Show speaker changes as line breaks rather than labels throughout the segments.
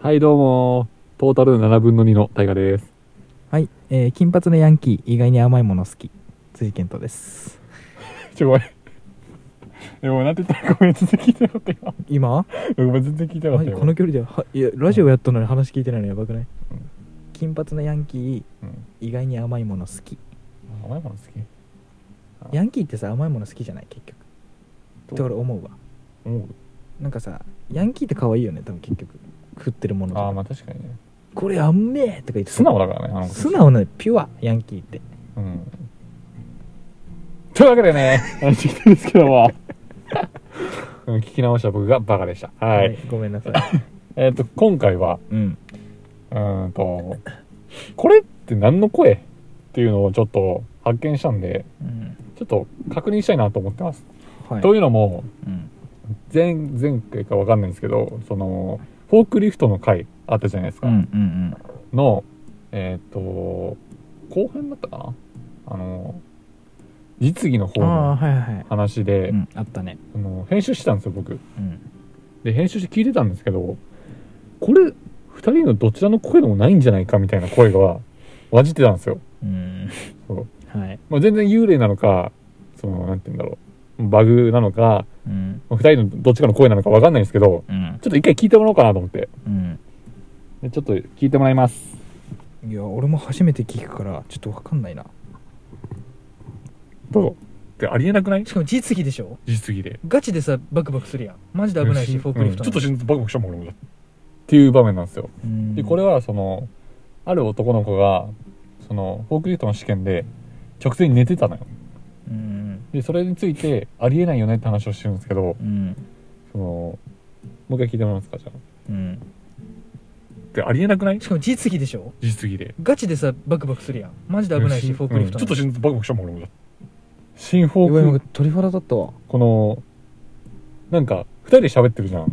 はい、どうも。トータル7分の2の大河です。
はい、えー金髪のヤンキー意外に甘いもの好き辻健斗です
ちょ、ごめん。え、ごめん、なんて言ったらごめん、全然聞いてなかったよ。
今
ごめん、全然聞いてなか
マ
った
ジ
よ。
この距離ではいやラジオやったのに話聞いてないのやばくな
う
い、
ん
金髪のヤンキー
うん
意外に甘いもの好き
甘いもの好あ
ヤンキーってさ甘いもの好きじゃない結局
き
って俺思うわ
思う
なんかさヤンキーって可愛いよね多分結局食ってるものと
ああ、
か
まあ確かにね。
これあんめえとか言って
素直だからね、あの子
素直なピュアヤンキーって
うん。というわけでね、話してきたんですけども。 うん聞き直した僕がバカでした。はい。
ごめんなさい
えっ、と、今回は、
うん
うーんと、これって何の声っていうのをちょっと発見したんで、
うん
ちょっと確認したいなと思ってます。
はい
というのも、
うん
前、前回かわかんないんですけど、その、フォークリフトの回あったじゃないです
う
か。
んうん
の、えっ、と、後編だったかなあの、実技の方
うんああ
の
はいはいはい、
話で、
うん、あったね
あの編集してたんですよ、僕。
うん
で、編集して聞いてたんですけど、これ、二人のどちらの声でもないんじゃないかみたいな声が混じってたんですよ。
うん
そう
はい
まあ、全然幽霊なのか、その、なんて言うんだろう。バグなのか、
うん
二人のどっちかの声なのかわかんないんですけど、
うん
ちょっと一回聞いてもらおうかなと思って。
うん
でちょっと聞いてもらいます。
いや俺も初めて聞くからちょっとわかんないな
どうぞ。ってありえなくない
しかも実技でしょ
実技で。
ガチでさバクバクするやんマジで危ないし、
うん
フォークリフト
うんちょっと
っ
心臓バクバクしたもん、俺も。っていう場面なんですよ。
と
で、これは、その、ある男の子が、その、フォークリフトの試験で、直前に寝てたのよ。
うん
で、それについて、ありえないよねって話をしてるんですけど、
うん
その、もう一回聞いてもらえますか、じゃあ。
うん
ってありえなくない
しかも実技でしょ
実技で。
ガチでさバクバクするやんマジで危ないしフォークリフト
うんちょっと心臓バクバクしたもん俺も新フォ
やばい
ー
今
ク
鳥肌立ったわ
このなんか二人で喋ってるじゃん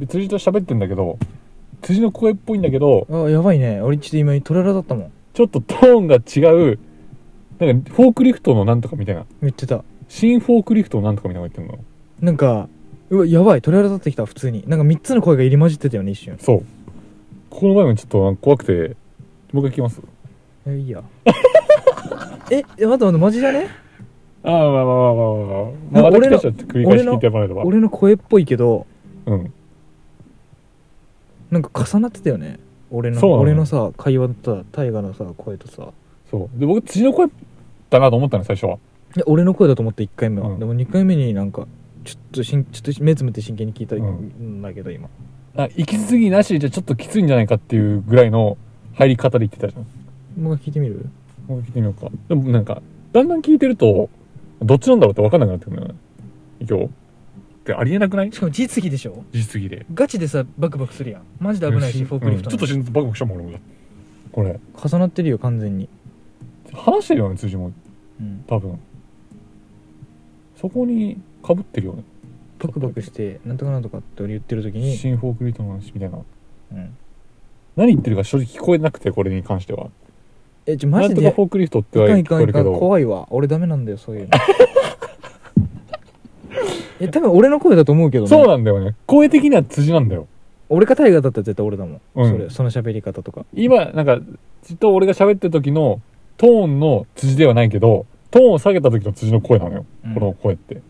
で辻と喋ってんだけど辻の声っぽいんだけど
あやばいね俺ちょっと今鳥肌立ったもん
ちょっとトーンが違うなんかフォークリフトのなんとかみたいな
言ってた
新フォークリフトのなんとかみたいなの言ってんの
なんかうわやばい鳥肌立ってきた普通になんか3つの声が入り混じってたよね一瞬
そうここの場面ちょっとなんか怖くてもう一回聞きます
えいいや え待って待ってマジじゃね
ああまあまあまあまあまあまあ
なんか俺の
私たちは繰り返し聞いてもらえれば
俺の声っぽいけど
うん
なんか重なってたよね俺の
そうなの
俺のさ会話とさ大河のさ声とさ
そうで僕辻の声だなと思ったの最初はい
や俺の声だと思って1回目は、
うん
でも2回目になんかちょっとしんちょっと目つむって真剣に聞いた
うん
んだけど今、
あ行き過ぎなしじゃちょっときついんじゃないかっていうぐらいの入り方で言ってたじゃん
もう聞いてみる
もう聞いてみようかでもなんかだんだん聞いてるとどっちなんだろうって分かんなくなってくるのよね今日ってありえなくない
しかも実技でしょ
実技で
ガチでさバクバクするやんマジで危ないしフォークリフト
うんちょっと心臓バクバクしたもん俺もこれ
重なってるよ完全に、
話してるよね辻も
うん、
多分そこにかぶってるよね
バクバクしてなんとかなんとかって俺言ってる時に、
新フォークリートの話みたいな
うん、
何言ってるか正直聞こえなくてこれに関しては
えちょ
な
マ
ん
ジ
と
で
かフォークリフトってはい聞
か
こ
ん
え
い
る
か
け
ん
ど
怖いわ俺ダメなんだよそういうの え多分俺の声だと思うけどね
そうなんだよね声的には辻なんだよ
俺か大河だったら絶対俺だもん、
うん
それその喋り方とか
今、なんか、ずっと俺が喋ってる時のトーンの辻ではないけど、トーンを下げた時の辻の声なのよ。
うん
この声って。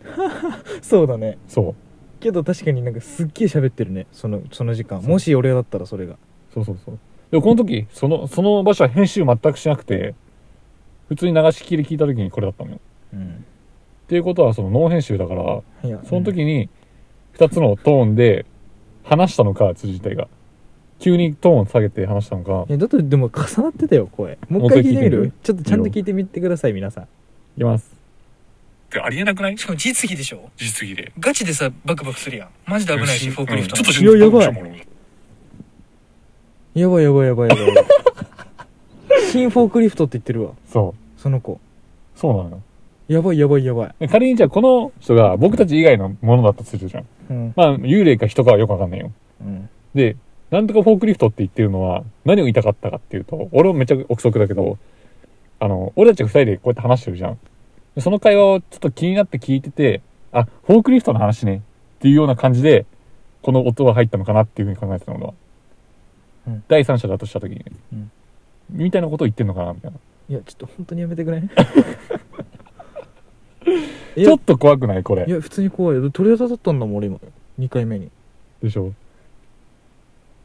そうだね
そう。
けど確かになんかすっげえ喋ってるねそのその時間もし俺だったらそれが
そうそうそう。でもこの時、その、その場所は編集全くしなくて、普通に流し聞きで聞いた時にこれだったのよ。
うん
っていうことは、そのノー編集だから、
いや
その時に、二つのトーンで話したのか、辻自体が。急にトーンを下げて話したのか
うん、いやだってでも重なってたよ声もう一回聞
もう一回
いてみ
聞いてみる
るちょっとちゃんと聞いてみてください皆さん
いきます。ってありえなくない
しかも実技でしょ
実技で。
ガチでさバクバクするやんマジで
うんちょっと
いややばい
い。
やばいやばいやばいやばいやばい新フォークリフトって言ってるわ
そ
その子
う。そうなのよ。
やばいやばいやばい、
で仮にじゃあこの人が僕たち以外のものだとするじゃん。
うん
まあ幽霊か人かはよくわかんないよ。
うん、
で、なんとかフォークリフトって言ってるのは何を言いたかったかっていうと、俺もめっちゃ憶測だけど、あの、俺たちが二人でこうやって話してるじゃん。でその会話をちょっと気になって聞いてて、あ、フォークリフトの話ねっていうような感じで、この音が入ったのかなっていうふうに考えてたのが。
うん
第三者だとした時に、
うん
みたいなことを言ってんのかなみたいな。
いやちょっと本当にやめてくれい
ち
や
ょっと怖くないこれ
い。や普通に怖いよ鳥肌立ったんだもん俺今2回目に
でしょ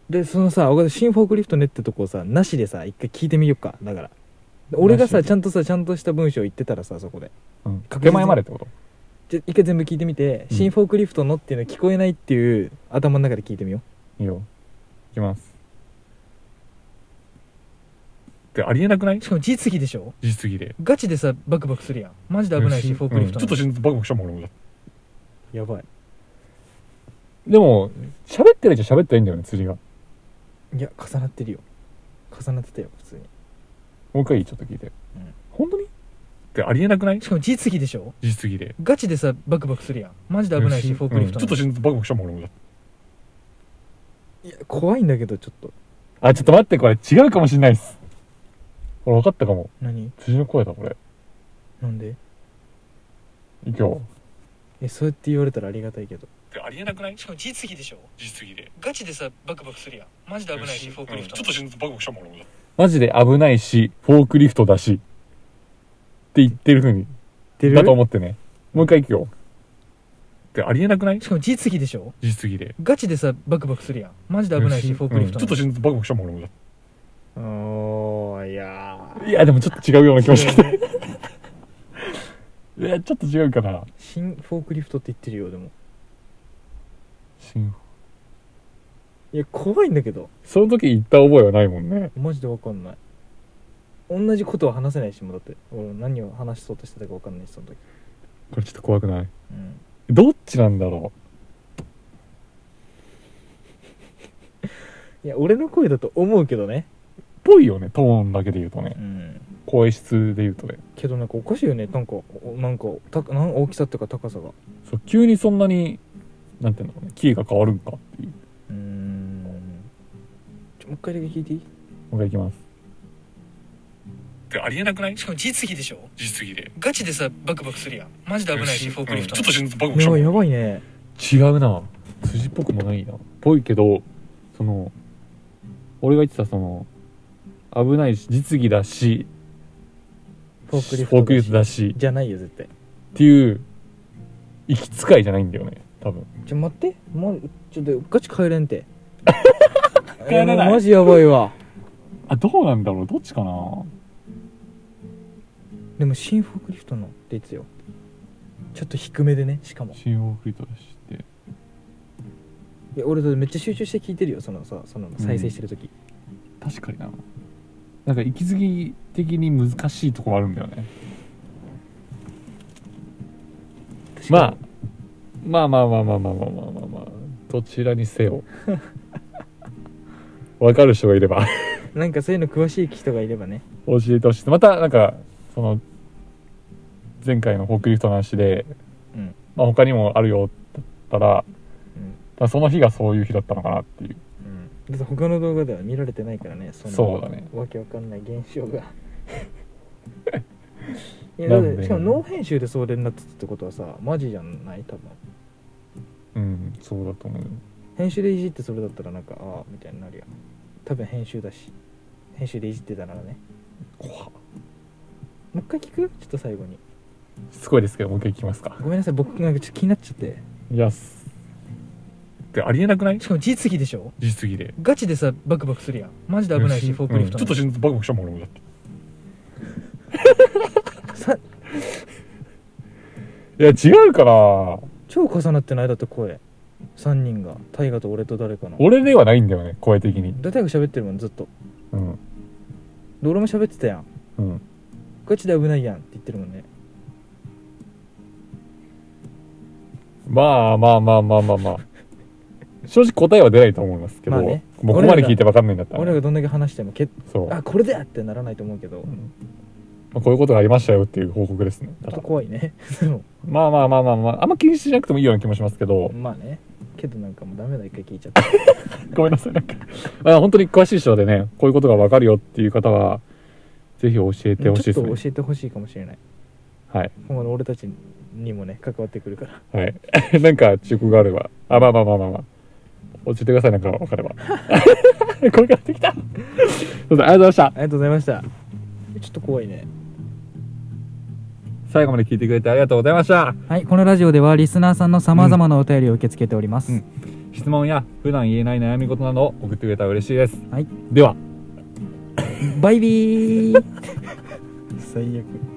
でそのさ俺新フォークリフトねってとこをさなしでさ一回聞いてみよっかだからで俺が
な
さ
しで
ちゃんとさちゃんとした文章言ってたらさそこで
うん。
確実に
手前までってこと
じゃ一回全部聞いてみて、
うん
新フォークリフトのっていうの聞こえないっていう頭の中で聞いてみよ
いいよ。いきます。ってありえなくないう
しかも実技でしょ
実技で。
ガチでさバクバクするやんマジで危ないし、
うん
フォークリフト
うんちょっとしんバクバクしたもん俺も。
やばい
でも、喋ってないじゃ喋ってないんだよね、釣りが。
いや重なってるよ重なってたよ普通に
もう一回ちょっと聞いて。
うん
本当にってありえなくない
しかも実技でしょ
実技で。
ガチでさバクバクするやんマジで危ないし、
うん
フォークリフト
うんちょっとしんバクバクしたもん俺も。
いや怖いんだけどちょっと
あ、ちょっと待って、これ違うかもしんないっす。これ分かったかも。
何
辻の声だ、これ。
なんで
今日。
えそうやって言われたらありがたいけど
ありえなくない
しかも実技でしょ
実技で。
ガチでさバクバクするやんマジで危ないし、フォークリフト
しんバクバクしたもん俺も。マジで危ないし、フォークリフトだし。って言ってる風に。
出る
だと思ってね。もう一回行くよ。ってありえなくない
しかも実技でしょ
実技で。
ガチでさバクバクするやんマジで危ないし、フォークリフト
うんちょっとしんバクバクしたもん俺も。
おーいや
いや、でもちょっと違うような気もしてきた。
ー
いや、ちょっと違うかな。
新フォークリフトって言ってるよでも
新
いや怖いんだけど
その時言った覚えはないもんね。
マジでわかんない同じことは話せないしもうだって俺何を話そうとしてたかわかんないしその時
これちょっと怖くない
うん
どっちなんだろ
いや俺の声だと思うけどね
うぽいよね、トーンだけで言うとね
う。ん
声質で言うとね。
けどなんかおかしいよねなんかおなんかたなん大きさっていうか高さが
そう、急にそんなに、なんていうんだろうね、キーが変わるんかっていう。
うーんちょもう一回だけ聞いていい
もう一回いきます。ありえなくない
しかも実技でしょ
実技で。
ガチでさバクバクするやんマジで危ないしフォークリフト
バ
いややばいね
違うな辻っぽくもないなぽいけどその俺が言ってたその危ないし実技だし
フォークリフ
フォ
ト
ークリフト
だし
だし
じゃないよ絶対
っていう行き使いじゃないんだよね多分
ちょ待ってもうちょっとガチ帰れん て
帰れない
やもうマジやばいわ
あどうなんだろうどっちかな
でも新フォークリフトのって言ってたよちょっと低めでねしかも
新フォークリフトだしって
いや俺だってめっちゃ集中して聞いてるよそのさその再生してる時、
確かにななんか息継ぎ的に難しいとこもあるんだよね
確かに
まあまあまあまあまあまあまあまあまあ、まあ、どちらにせ よわかる人がいれば
なんかそういうの詳しい人がいればね
教えてほしいまたなんかその前回のフォークリフトの話で、
うん
まあ、他にもあるよだったらだか
うん
らその日がそういう日だったのかなっていう
だって他の動画では見られてないからねその
そうだね
わけわかんない現象 がいや
な
だ
ん
っ
で
てしかもノー編集でそれになってたってことはさマジじゃない多分
うんそうだと思うよ
編集でいじってそれだったらなんかああみたいになるやん多分編集だし編集でいじってたならね
怖っ
もう一回聞くちょっと最後に
しつこいですけどもう一回いきますか
ごめんなさい僕なんかちょっと気になっちゃって
いやすってありえなくない
しかも実技でしょ
実技で
ガチでさバクバクするやんマジで危ないしフォークリフト
うんちょっと心臓バクバクしたもん俺もだって
さ
いや違うかな
超重なってないだって声3人が大我と俺と誰かの
俺ではないんだよね声的に
大体が喋ってるもんずっと
うん
で俺も喋ってたやん
うん
ガチで危ないやんって言ってるもんね
まあまあまあまあまあまあ正直答えは出ないと思いますけど、
まあね
もうここまで聞いて分かんないんだったら
俺
ね、
らがどんだけ話してもけ
そう、
あこれだってならないと思うけど
うんまあ、こういうことがありましたよっていう報告ですね
ちょっと怖いね でも
まあまあまあまあまああんま気にしなくてもいいような気もしますけど
まあねけどなんかもうダメだ一回聞いちゃった
ごめんなさいなんかあ本当に詳しい人でねこういうことが分かるよっていう方はぜひ教えてほしい
ち
で
ょ
す
っと
ね
教えてほしいかもしれない
はい
今後の俺たちにもね関わってくるから
はいなんか忠告があればあまあまあまあまあまあ教えてください、なんか分かれば。 これからできた。そうだ、ありがとうございました
あ。りがとうございましたちょっと怖いね
最後まで聞いてくれてありがとうございました。
はい、このラジオではリスナーさんの様々なお便りを受け付けております。
うん質問や普段言えない悩み事などを送ってくれたら嬉しいです。
はい。
では。
バイビー
最悪